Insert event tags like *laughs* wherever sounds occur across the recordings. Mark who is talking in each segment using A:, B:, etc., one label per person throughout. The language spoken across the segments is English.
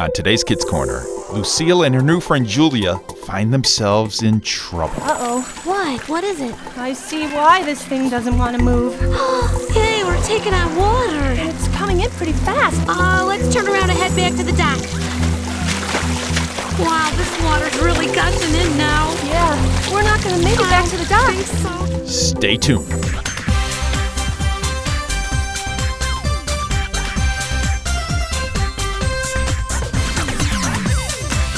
A: On today's Kids Corner, Lucille and her new friend Julia find themselves in trouble.
B: Uh oh.
C: Why? What is it?
B: I see why this thing doesn't want to
C: *gasps*
B: move.
C: hey, we're taking on water.
B: It's coming in pretty fast.
C: Uh, let's turn around and head back to the dock. Wow, this water's really gushing in now.
B: Yeah, we're not going to make it back to the dock.
A: Stay tuned.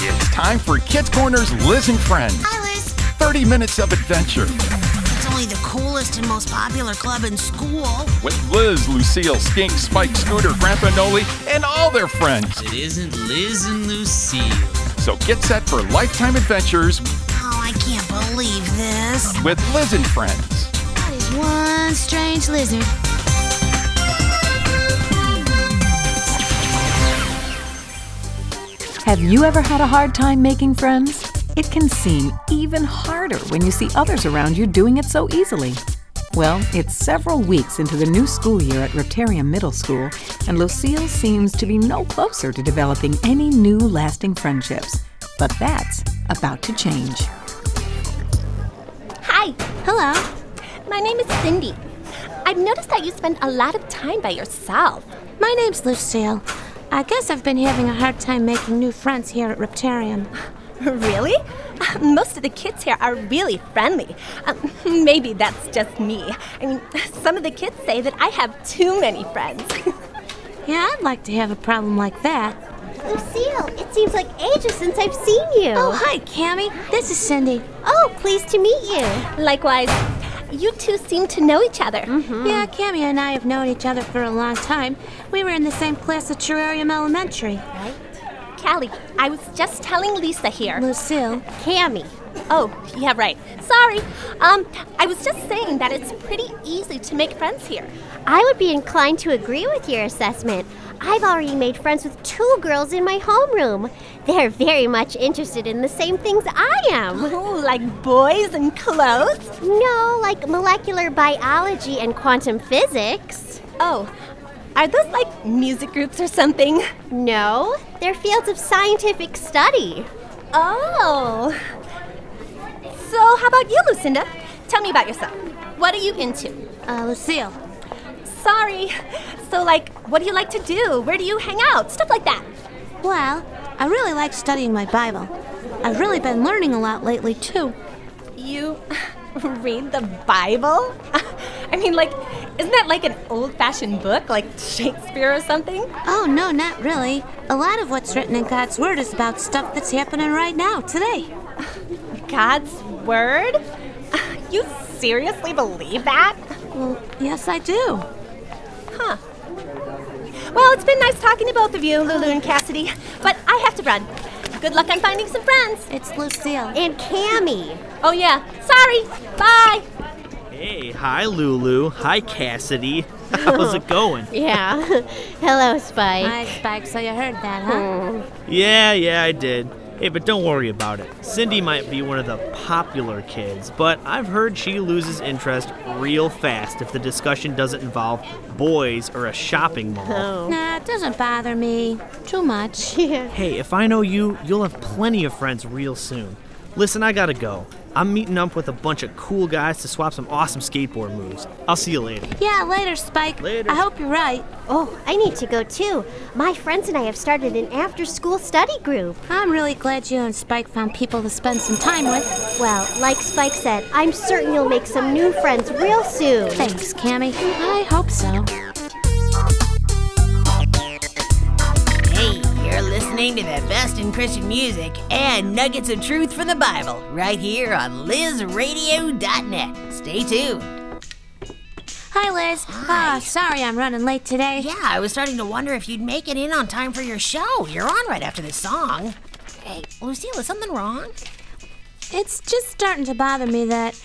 A: It's time for Kids Corner's Liz and Friends.
D: Hi, Liz.
A: 30 minutes of adventure
D: It's only the coolest and most popular club in school.
A: with Liz, Lucille, Skink, Spike, Scooter, Grandpa Noli, and all their friends.
E: It isn't Liz and Lucille.
A: So get set for lifetime adventures
D: Oh, I can't believe this.
A: with Liz and Friends.
D: That is one strange lizard.
F: Have you ever had a hard time making friends? It can seem even harder when you see others around you doing it so easily. Well, it's several weeks into the new school year at Rotarium Middle School, and Lucille seems to be no closer to developing any new lasting friendships. But that's about to change.
G: Hi,
C: Hello.
G: my name is Cindy. I've noticed that you spend a lot of time by yourself.
C: My name's Lucille. I guess I've been having a hard time making new friends here at Reptarium.
G: *laughs* Really? Uh, Most of the kids here are really friendly. Um, *laughs* maybe that's just me. I mean, *laughs* some of the kids say that I have too many friends. *laughs*
C: Yeah, I'd like to have a problem like that.
H: Lucille, it seems like ages since I've seen you.
C: Oh, hi, Cammy. This is Cindy.
H: Oh, pleased to meet you.
G: Likewise, you two seem to know each other.
C: Mm-hmm. Yeah, Cammy and I have known each other for a long time. We were in the same class at Terrarium Elementary.
G: Callie, I was just telling Lisa here.
C: Lucille,
H: Cammy.
G: Oh, yeah, right. Sorry. Um, I was just saying that it's pretty easy to make friends here.
H: I would be inclined to agree with your assessment. I've already made friends with two girls in my homeroom. They're very much interested in the same things I am.
G: Ooh, Oh, like boys and clothes?
H: No, like molecular biology and quantum physics.
G: Oh, are those like music groups or something?
H: No, they're fields of scientific study.
G: Oh. So, how about you, Lucinda? Tell me about yourself. What are you into?
C: uh, Lucille.
G: Sorry. So, like, what do you like to do? Where do you hang out? Stuff like that.
C: Well, I really like studying my Bible. I've really been learning a lot lately, too.
G: You *laughs* read the Bible? *laughs* I mean, like, isn't that like an old fashioned book, like *laughs* Shakespeare or something?
C: Oh, no, not really. A lot of what's written in God's Word is about stuff that's happening right now, today.
G: *laughs* God's Word? You seriously believe that?
C: Well, yes, I do.
G: Well, it's been nice talking to both of you, Lulu and Cassidy, but I have to run. Good luck on finding some friends.
C: It's Lucille.
H: And Cammy.
G: Oh, yeah. Sorry. Bye.
E: Hey, hi Lulu. Hi Cassidy. How's it going?
G: *laughs*
H: Yeah. Hello, Spike.
C: Hi, Spike, so you heard that, huh?
G: Hmm.
E: Yeah, yeah, I did. Hey, but don't worry about it. Cindy might be one of the popular kids, but I've heard she loses interest real fast if the discussion doesn't involve boys or a shopping mall.
G: Oh.
C: Nah, it doesn't bother me too much.
G: *laughs*
E: Hey, if I know you, you'll have plenty of friends real soon. Listen, I gotta go. I'm meeting up with a bunch of cool guys to swap some awesome skateboard moves. I'll see you later.
C: Yeah, later, Spike.
E: Later.
C: I hope you're right.
H: Oh, I need to go too. My friends and I have started an after school study group.
C: I'm really glad you and Spike found people to spend some time with.
H: Well, like Spike said, I'm certain you'll make some new friends real soon.
C: Thanks, Cammy. I hope so.
I: Hey, you're listening to the best in Christian music and nuggets of truth from the Bible right here on LizRadio.net. Stay tuned.
C: Hi, Liz. Ah, sorry I'm running late today.
I: Yeah, I was starting to wonder if you'd make it in on time for your show. You're on right after this song. Hey, Lucille, is something wrong?
C: It's just starting to bother me that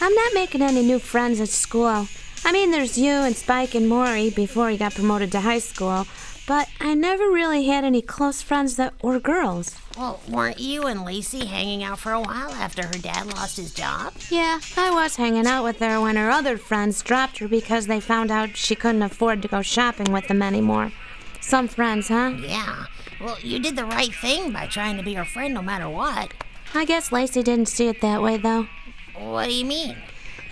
C: I'm not making any new friends at school. I mean, there's you and Spike and Maury before he got promoted to high school, but I never really had any close friends that were girls.
I: Well, weren't you and Lacey hanging out for a while after her dad lost his job?
C: Yeah, I was hanging out with her when her other friends dropped her because they found out she couldn't afford to go shopping with them anymore. Some friends, huh?
I: Yeah. Well, you did the right thing by trying to be her friend no matter what.
C: I guess Lacey didn't see it that way, though.
I: What do you mean?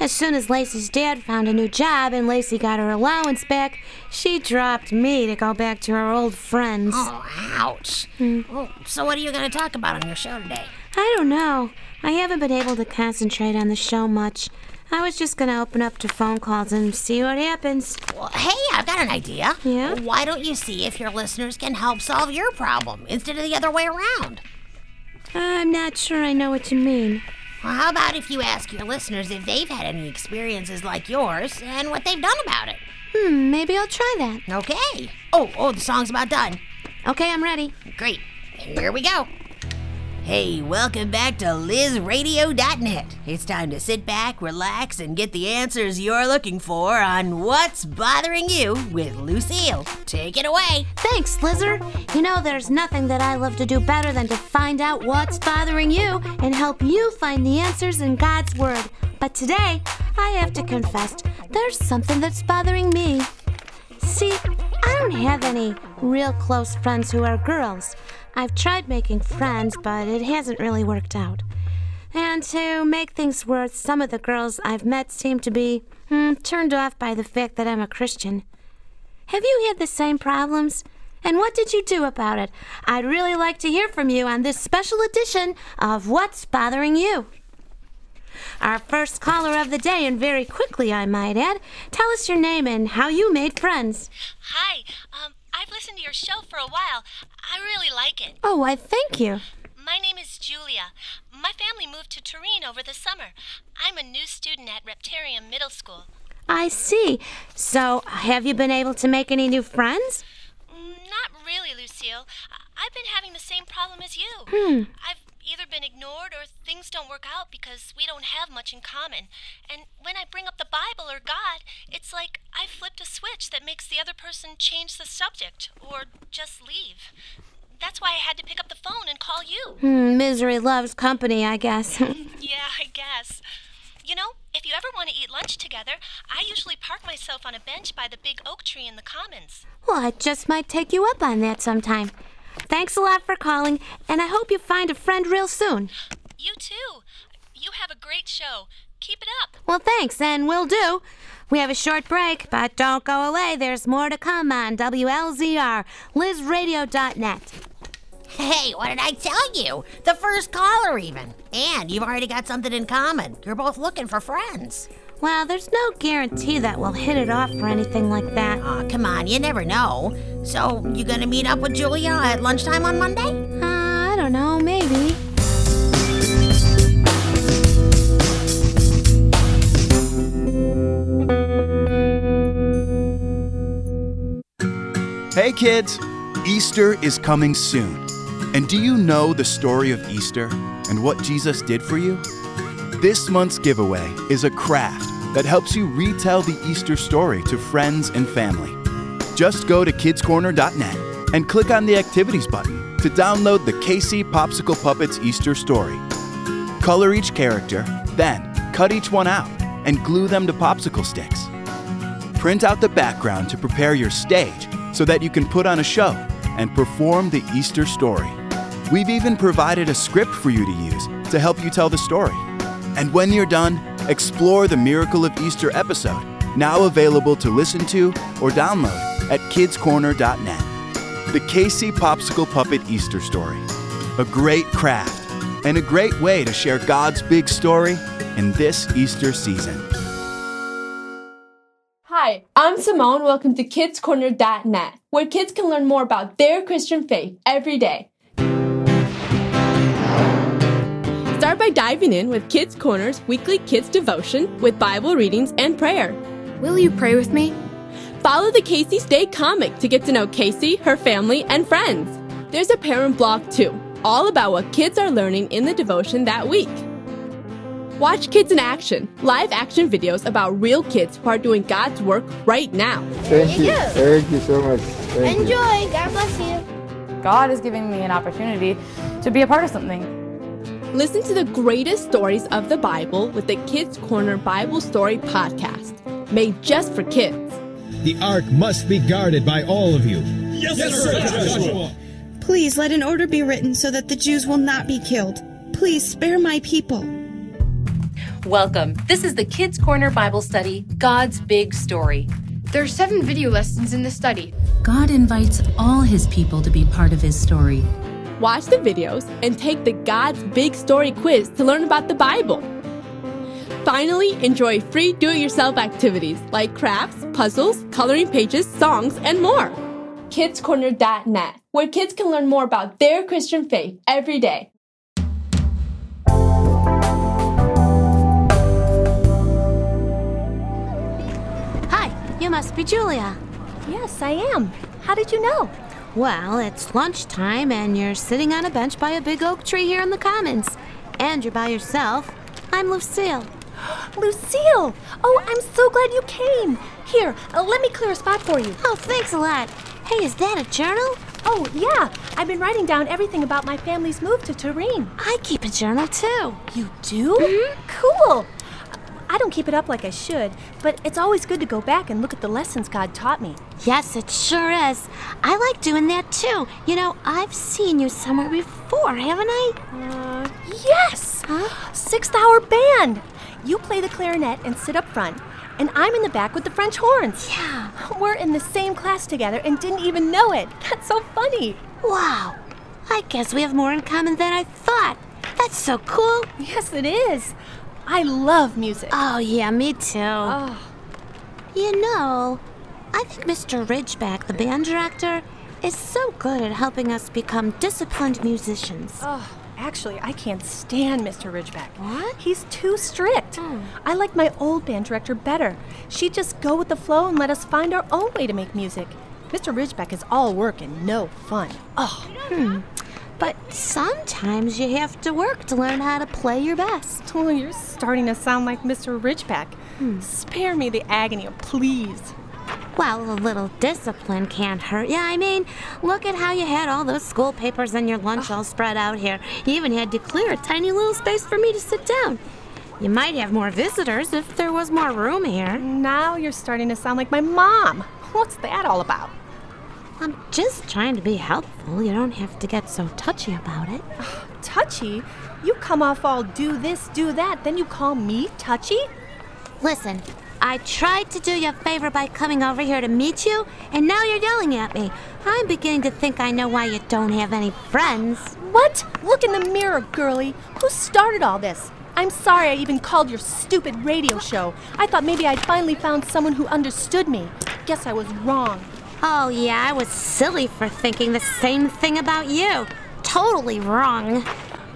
C: As soon as Lacey's dad found a new job and Lacey got her allowance back, she dropped me to go back to her old friends.
I: Oh, ouch.
C: Hmm.
I: Well, so, what are you going to talk about on your show today?
C: I don't know. I haven't been able to concentrate on the show much. I was just gonna open up to phone calls and see what happens.
I: Well, hey, I've got an idea.
C: Yeah?
I: Why don't you see if your listeners can help solve your problem instead of the other way around?
C: I'm not sure I know what you mean.
I: Well, how about if you ask your listeners if they've had any experiences like yours and what they've done about it?
C: Hmm, maybe I'll try that.
I: Okay. Oh, oh, the song's about done.
C: Okay, I'm ready.
I: Great. Here we go. Hey, welcome back to LizRadio.net. It's time to sit back, relax, and get the answers you're looking for on What's Bothering You with Lucille. Take it away.
C: Thanks, Lizard. You know, there's nothing that I love to do better than to find out what's bothering you and help you find the answers in God's Word. But today, I have to confess, there's something that's bothering me. See, I don't have any real close friends who are girls. I've tried making friends, but it hasn't really worked out. And to make things worse, some of the girls I've met seem to be hmm, turned off by the fact that I'm a Christian. Have you had the same problems? And what did you do about it? I'd really like to hear from you on this special edition of What's Bothering You. Our first caller of the day, and very quickly, I might add, tell us your name and how you made friends.
J: Hi. Um, I've listened to your show for a while. I really like it.
C: Oh, I thank you.
J: My name is Julia. My family moved to Turin over the summer. I'm a new student at Reptarium Middle School.
C: I see. So, have you been able to make any new friends?
J: Mm, Not really, Lucille. I- I've been having the same problem as you. I've either been ignored or things don't work out because we don't have much in common. And when I bring up the Bible or God, it's like I flipped a switch that makes the other person change the subject or just leave. That's why I had to pick up the phone and call you.
C: Hmm, misery loves company, I *laughs* guess.
J: Yeah, I guess. You know, if you ever want to eat lunch together, I usually park myself on a bench by the big oak tree in the commons.
C: Well, I just might take you up on that sometime. Thanks a lot for calling, and I hope you find a friend real soon.
J: You too. You have a great show. Keep it up.
C: Well, thanks, and we'll do. We have a short break, but don't go away. There's more to come on WLZR, LizRadio.net.
I: Hey, what did I tell you? The first caller, even. And you've already got something in common. You're both looking for friends.
C: Well, there's no guarantee that we'll hit it off or anything like that.
I: Aw, come on, you never know. So, you gonna meet up with Julia at lunchtime on Monday?
C: Uh, I don't know, maybe.
K: Hey kids! Easter is coming soon. And do you know the story of Easter and what Jesus did for you? This month's giveaway is a craft that helps you retell the Easter story to friends and family. Just go to kidscorner.net and click on the activities button to download the KC Popsicle Puppets Easter story. Color each character, then cut each one out and glue them to popsicle sticks. Print out the background to prepare your stage so that you can put on a show and perform the Easter story. We've even provided a script for you to use to help you tell the story. And when you're done, explore the Miracle of Easter episode, now available to listen to or download at kidscorner.net. The Casey Popsicle Puppet Easter Story. A great craft and a great way to share God's big story in this Easter season.
L: Hi, I'm Simone. Welcome to KidsCorner.net, where kids can learn more about their Christian faith every day. Start by diving in with Kids Corner's weekly kids devotion with Bible readings and prayer. Will you pray with me? Follow the Casey State comic to get to know Casey, her family, and friends. There's a parent blog too, all about what kids are learning in the devotion that week. Watch Kids in Action, live action videos about real kids who are doing God's work right now.
M: Thank you. Thank you so much. Thank you.
L: God bless you. God is giving me an opportunity to be a part of something. Listen to the greatest stories of the Bible with the Kids Corner Bible Story podcast, made just for kids.
N: The ark must be guarded by all of you.
O: Yes, sir, Joshua.
N: Please let an order be written so that the Jews will not be killed. Please spare my people.
O: Welcome. This is the Kids Corner Bible Study God's Big Story.
P: There are seven video lessons in the study.
Q: God invites all his people to be part of his story.
L: Watch the videos and take the God's Big Story quiz to learn about the Bible. Finally, enjoy free do it yourself activities like crafts, puzzles, coloring pages, songs, and more. KidsCorner.net, where kids can learn more about their Christian faith every day.
C: Hi, you must be Julia.
G: Yes, I am. How did you know?
C: Well, it's lunchtime and you're sitting on a bench by a big oak tree here in the Commons. And you're by yourself. I'm Lucille.
G: *gasps* Lucille! Oh, I'm so glad you came. Here, uh, let me clear a spot for you.
C: Oh, thanks a lot. Hey, is that a journal?
G: Oh, yeah. I've been writing down everything about my family's move to Turin.
C: I keep a journal too.
G: You do? Mm-hmm. Cool. I don't keep it up like I should, but it's always good to go back and look at the lessons God taught me.
C: Yes, it sure is. I like doing that too. You know, I've seen you somewhere before, haven't I?
G: Uh, yes! Huh? Sixth hour band! You play the clarinet and sit up front, and I'm in the back with the French horns.
C: Yeah.
G: We're in the same class together and didn't even know it. *laughs* That's so funny.
C: Wow. I guess we have more in common than I thought. That's so cool.
G: Yes, it is. I love music.
C: Oh, yeah, me too. Oh. You know, I think Mr. Ridgeback, the band director, is so good at helping us become disciplined musicians.
G: Oh, actually, I can't stand Mr. Ridgeback.
C: What? Hmm.
G: He's too strict. Oh. I like my old band director better. She'd just go with the flow and let us find our own way to make music. Mr. Ridgeback is all work and no fun. Oh.
C: Hmm. But sometimes you have to work to learn how to play your best.
G: Oh, you're starting to sound like Mr. Ridgeback. Hmm. Spare me the agony, please.
C: Well, a little discipline can't hurt. Yeah, I mean, look at how you had all those school papers and your lunch oh. all spread out here. You even had to clear a tiny little space for me to sit down. You might have more visitors if there was more room here.
G: Now you're starting to sound like my mom. What's that all about?
C: I'm just trying to be helpful. You don't have to get so touchy about it.
G: Oh, touchy? You come off all do this, do that, then you call me touchy?
C: Listen, I tried to do you a favor by coming over here to meet you, and now you're yelling at me. I'm beginning to think I know why you don't have any friends.
G: What? Look in the mirror, girlie. Who started all this? I'm sorry I even called your stupid radio show. I thought maybe I'd finally found someone who understood me. Guess I was wrong.
C: Oh, yeah, I was silly for thinking the same thing about you. Totally wrong.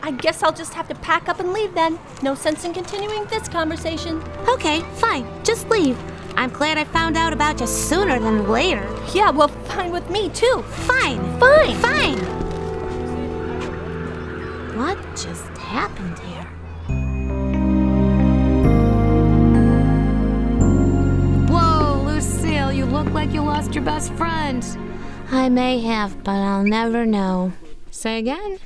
G: I guess I'll just have to pack up and leave then. No sense in continuing this conversation.
C: Okay, fine. Just leave. I'm glad I found out about you sooner than later.
G: Yeah, well, fine with me, too.
C: Fine.
G: Fine.
C: Fine. What just happened here?
R: you look like you lost your best friend.
C: I may have, but I'll never know.
R: Say again.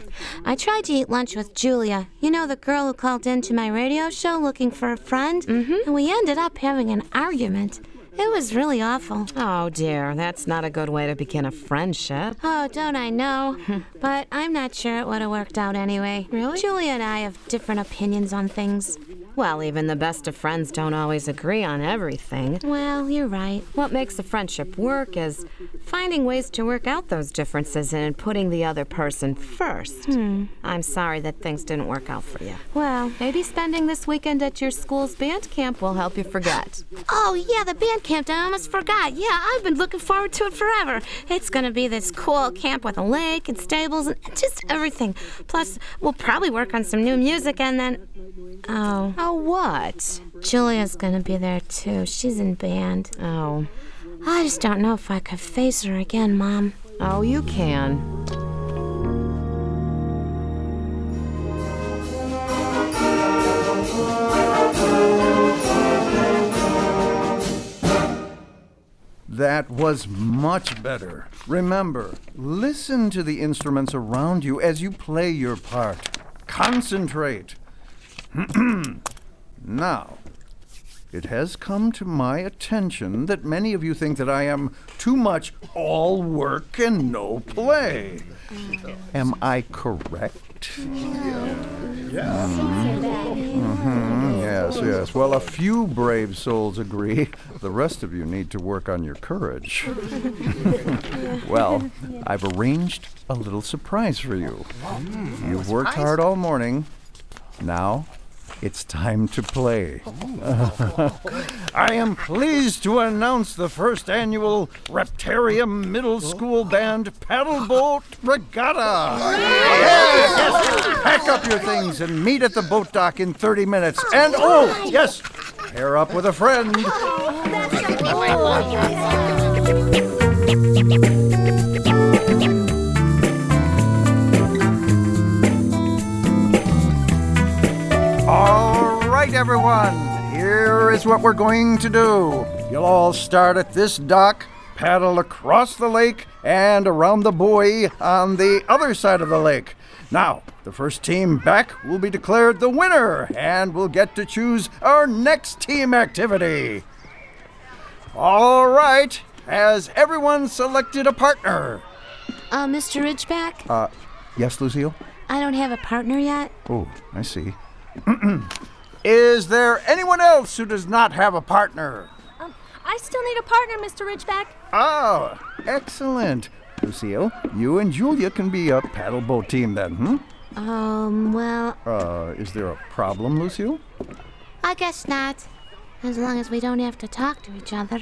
C: I tried to eat lunch with Julia. You know, the girl who called in to my radio show looking for a friend?
R: Mm-hmm.
C: And we ended up having an argument. It was really awful.
R: Oh, dear. That's not a good way to begin a friendship.
C: Oh, don't I
I: *laughs*
C: know? but I'm not sure it would have worked out anyway.
R: Really?
C: Julia and I have different opinions on things.
R: Well, even the best of friends don't always agree on everything.
C: Well, you're right.
R: What makes a friendship work is finding ways to work out those differences and putting the other person first.
C: Hmm.
R: I'm sorry that things didn't work out for you.
C: Well,
R: maybe spending this weekend at your school's band camp will help you forget.
C: oh, yeah, the band camp. I almost forgot. Yeah, I've been looking forward to it forever. It's going to be this cool camp with a lake and stables and just everything. Plus, we'll probably work on some new music and then. Oh.
R: Oh, what?
C: Julia's going to be there too. She's in band.
R: Oh.
C: I just don't know if I could face her again, Mom.
R: Oh, you can.
S: That was much better. Remember, listen to the instruments around you as you play your part. Concentrate. *clears throat* now, It has come to my attention that many of you think that I am too much all work and no play. Am I correct? Mhm, Yes, yes. Well, a few brave souls agree. *laughs* The rest of you need to work on your courage. *laughs* well, I've arranged a little surprise for you. You've worked hard all morning. Now, it's time to play. I am pleased to announce the first annual Reptarium Middle School Band Paddleboat Regatta. Yes, Pack up your things and meet at the boat dock in 30 minutes. And oh, yes, pair up with a friend. All right, everyone, here is what we're going to do. You'll all start at this dock, paddle across the lake, and around the buoy on the other side of the lake. Now, the first team back will be declared the winner, and we'll get to choose our next team activity. All right, has everyone selected a partner?
C: Uh, Mr. Ridgeback,
S: Uh, yes, Lucille?
C: I don't have a partner yet.
S: Oh, I see. *clears throat* Is there anyone else who does not have a partner?
G: I still need a partner, Mr. Ridgeback.
S: Oh, excellent. Lucille, you and Julia can be a paddle boat team then, hmm?
C: Um, well,
S: Uh, is there a problem, Lucille? *clears throat*
C: I guess not. As long as we don't have to talk to each other.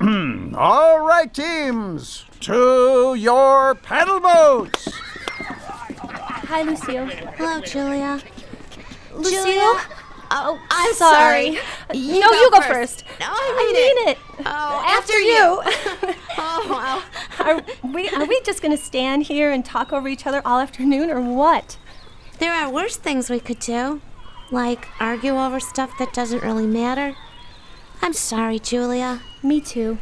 S: All right, teams, to your paddle boats!
G: Hi, Lucille.
C: Hello, Julia.
G: Lucille?
C: Oh,
G: I'm sorry. no, you go first.
C: No,
G: I mean it. after, you. *laughs*
C: oh,
G: Are we are we just gonna stand here and talk over each other all afternoon or what?
C: There are worse things we could do, like argue over stuff that doesn't really matter. I'm sorry, Julia.
G: Me too.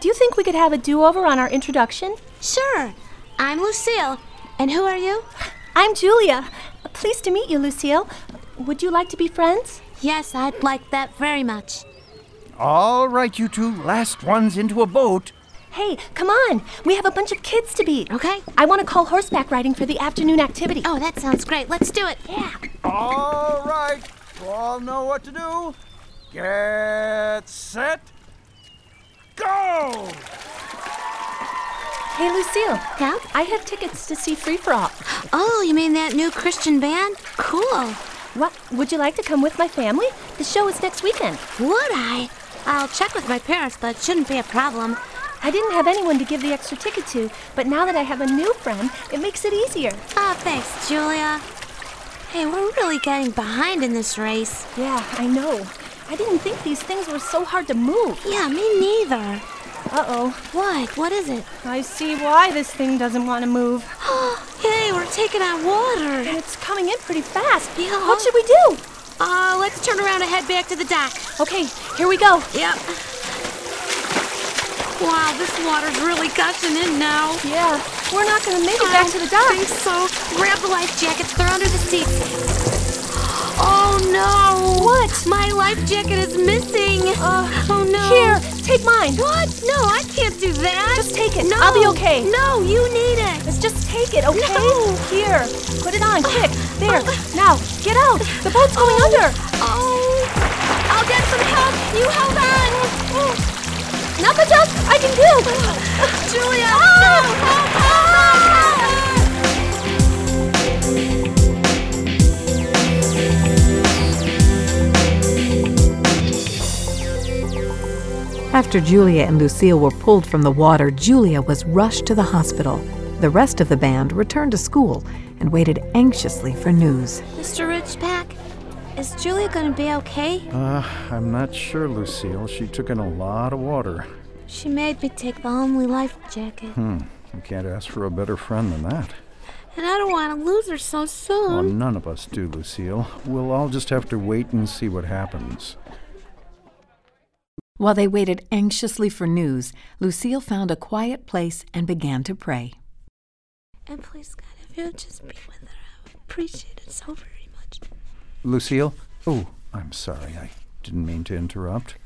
G: Do you think we could have a do-over on our introduction?
C: Sure. I'm Lucille. And who are you?
G: I'm Julia. Pleased to meet you, Lucille. Would you like to be friends?
C: Yes, I'd like that very much.
S: All right, you two, last ones into a boat.
G: Hey, come on. We have a bunch of kids to beat.
C: Okay.
G: I want to call horseback riding for the afternoon activity.
C: Oh, that sounds great. Let's do it.
G: Yeah.
S: All right, you all know what to do. Get set, go!
G: Hey, Lucille.
C: Yeah?
G: I have tickets to see Free For All.
C: Oh, you mean that new Christian band? Cool.
G: What? Would you like to come with my family? The show is next weekend.
C: Would I? I'll check with my parents, but it shouldn't be a problem.
G: I didn't have anyone to give the extra ticket to, but now that I have a new friend, it makes it easier.
C: Ah, thanks, Julia. Hey, we're really getting behind in this race.
G: Yeah, I know. I didn't think these things were so hard to move.
C: Yeah, me neither.
G: Uh oh.
C: What? What is it?
B: I see why this thing doesn't want to move.
C: *gasps* hey, we're taking on water.
G: And it's coming in pretty fast.
C: Yeah.
G: What should we do?
C: Uh, let's turn around and head back to the dock.
G: Okay, here we go.
C: Yep. Wow, this water's really gushing in now.
G: Yeah, we're not gonna make it back to the dock.
C: Think so. Grab the life jackets. They're under the seats. Oh no! What? My life jacket is missing. oh no!
G: Uh, Here, take mine.
C: What? No, I can't do that.
G: Just take it.
C: No.
G: I'll be okay.
C: No, you need it.
G: Let's just take it, okay?
C: No.
G: Here, put it on, quick. There,
C: Oh.
G: now, get out. The boat's going under.
C: Oh, I'll get some help. You hold on.
G: Not much else I can do. Julia,
H: Ah!
F: After Julia and Lucille were pulled from the water, Julia was rushed to the hospital. The rest of the band returned to school and waited anxiously for news.
C: Mr. Ridgeback, is Julia gonna be okay?
S: Uh, I'm not sure, Lucille. She took in a lot of water.
C: She made me take the only life jacket,
S: Hmm, you can't ask for a better friend than that.
C: and I don't want to lose her so
S: Well,
C: soon.
S: none of us do, Lucille. We'll all just have to wait and see what happens.
F: While they waited anxiously for news, Lucille found a quiet place and began to pray.
C: And please, God, if you'll just be with her, I would appreciate it so very much.
S: Lucille? Oh, I'm sorry. I Didn't mean to interrupt.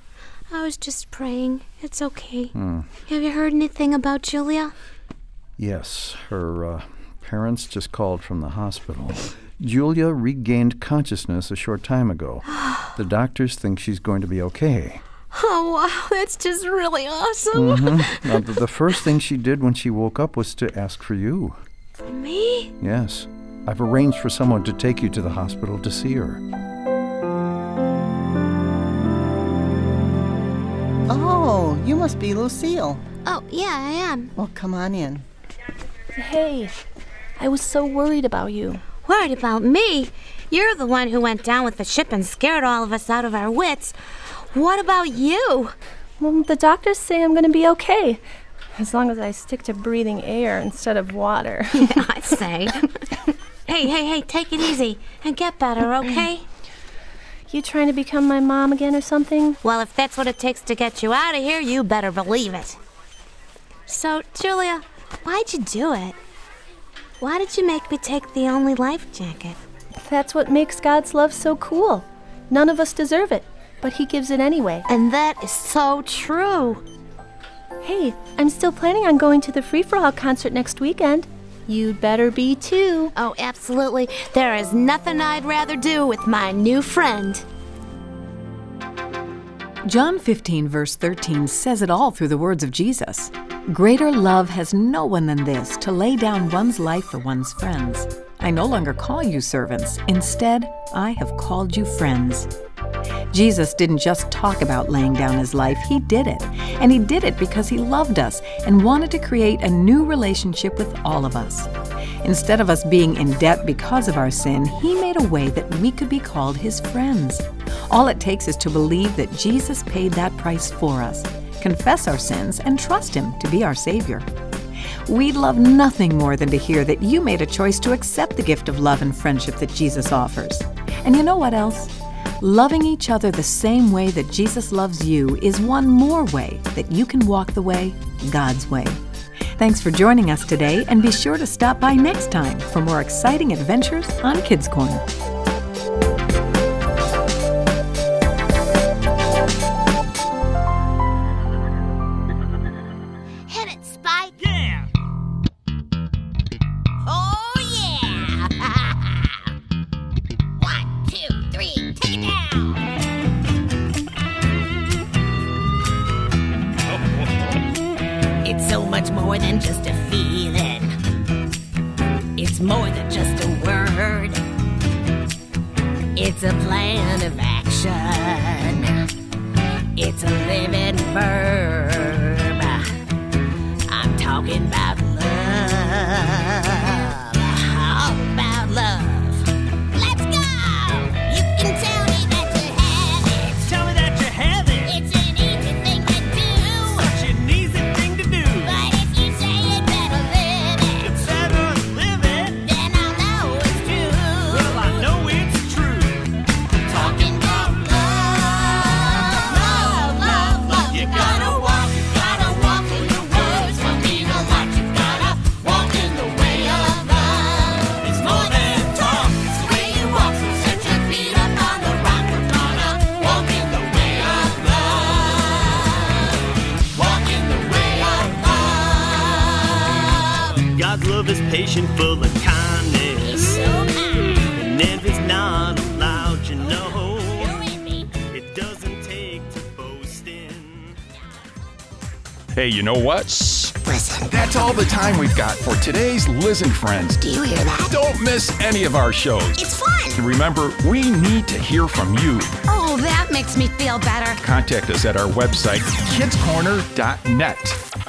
C: I was just praying. It's okay.
S: Hmm.
C: Have you heard anything about Julia? *sighs*
S: Yes, her uh, parents just called from the hospital. Julia regained consciousness a short time ago. The doctors think she's going to be okay.
C: Oh, wow, that's just really awesome.
S: Mhm. Now, th- the first thing she did when she woke up was to ask for you.
C: Me?
S: Yes. I've arranged for someone to take you to the hospital to see her.
T: Oh, you must be Lucille.
C: Oh, yeah, I am.
T: Well, come on in.
C: Hey, I was so worried about you. Worried about me? You're the one who went down with the ship and scared all of us out of our wits. What about you?
B: Well, the doctors say I'm going to be okay. As long as I stick to breathing air instead of water.
C: *laughs* I
B: *laughs*
C: say. hey, hey, hey, take it easy and get better, okay?
B: You trying to become my mom again or something?
C: Well, if that's what it takes to get you out of here, you better believe it. So, Julia, why'd you do it? Why did you make me take the only life jacket?
G: That's what makes God's love so cool. None of us deserve it, but He gives it anyway.
C: And that is so true.
G: Hey, I'm still planning on going to the Free For All concert next weekend. You'd better be too.
C: Oh, absolutely. There is nothing I'd rather do with my new friend.
F: John 15, verse 13 says it all through the words of Jesus. Greater love has no one than this to lay down one's life for one's friends. I no longer call you servants. Instead, I have called you friends. Jesus didn't just talk about laying down his life, he did it. And he did it because he loved us and wanted to create a new relationship with all of us. Instead of us being in debt because of our sin, he made a way that we could be called his friends. All it takes is to believe that Jesus paid that price for us, confess our sins, and trust him to be our Savior. We'd love nothing more than to hear that you made a choice to accept the gift of love and friendship that Jesus offers. And you know what else? Loving each other the same way that Jesus loves you is one more way that you can walk the way God's way. Thanks for joining us today, and be sure to stop by next time for more exciting adventures on Kids Corner.
H: Hit it, Spike. Yeah. Oh, yeah. *laughs* One, two, three, take it out.
I: It's so much more than just a feeling. It's more than just a word. It's a plan of action. It's a living verb. I'm talking about love. All about love. Let's go! You can tell me that you have it. Tell me that you have it. It's an easy thing to do. Such an easy thing to do. But if you say it better live it. You better live it. Then I'll know it's true. Well, I know it's true. Talking about love. Love, love, love. You gotta walk, you gotta walk in the words. What mean a lot. You gotta walk in the way of love. It's more than talk. It's the way you walk. So set your feet up on the rock. We're gonna walk in the way of love. Walk in the way of love.
E: God's love is patient, full of kindness.
I: It's so kind.
E: And if it's not allowed, you know. It doesn't take to boast in.
A: Hey, you know what? Listen. That's all the time we've got for today's Listen Friends. Do you hear that? Don't miss any of our shows.
D: It's fun.
A: And remember, we need to hear from you.
D: Oh, that makes me feel better.
A: Contact us at our website, kidscorner.net.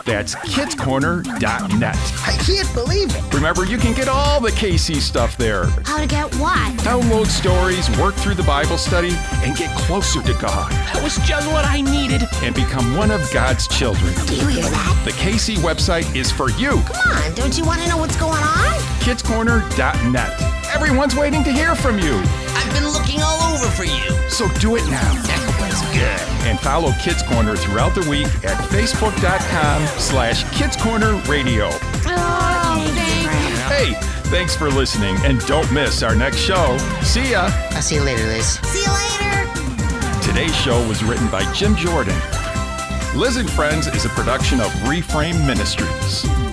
A: That's kidscorner.net.
D: I can't believe it.
A: Remember, you can get all the KC stuff there.
D: How to get what?
A: Download stories, work through the Bible study, and get closer to God.
D: That was just what I needed.
A: And become one of God's children. Do you hear that? The KC website is for you.
D: Come on, don't you want to know what's going on?
A: Kidscorner.net. Everyone's waiting to hear from you.
D: I've been looking all over for you.
A: So do it now.
D: That was good.
A: And follow Kids Corner throughout the week at facebook.com slash Kids Corner Radio.
D: Oh,
A: Hey, thanks for listening and don't miss our next show. See ya.
U: I'll see you later, Liz.
D: See you later.
A: Today's show was written by Jim Jordan. Liz and Friends is a production of Reframe Ministries.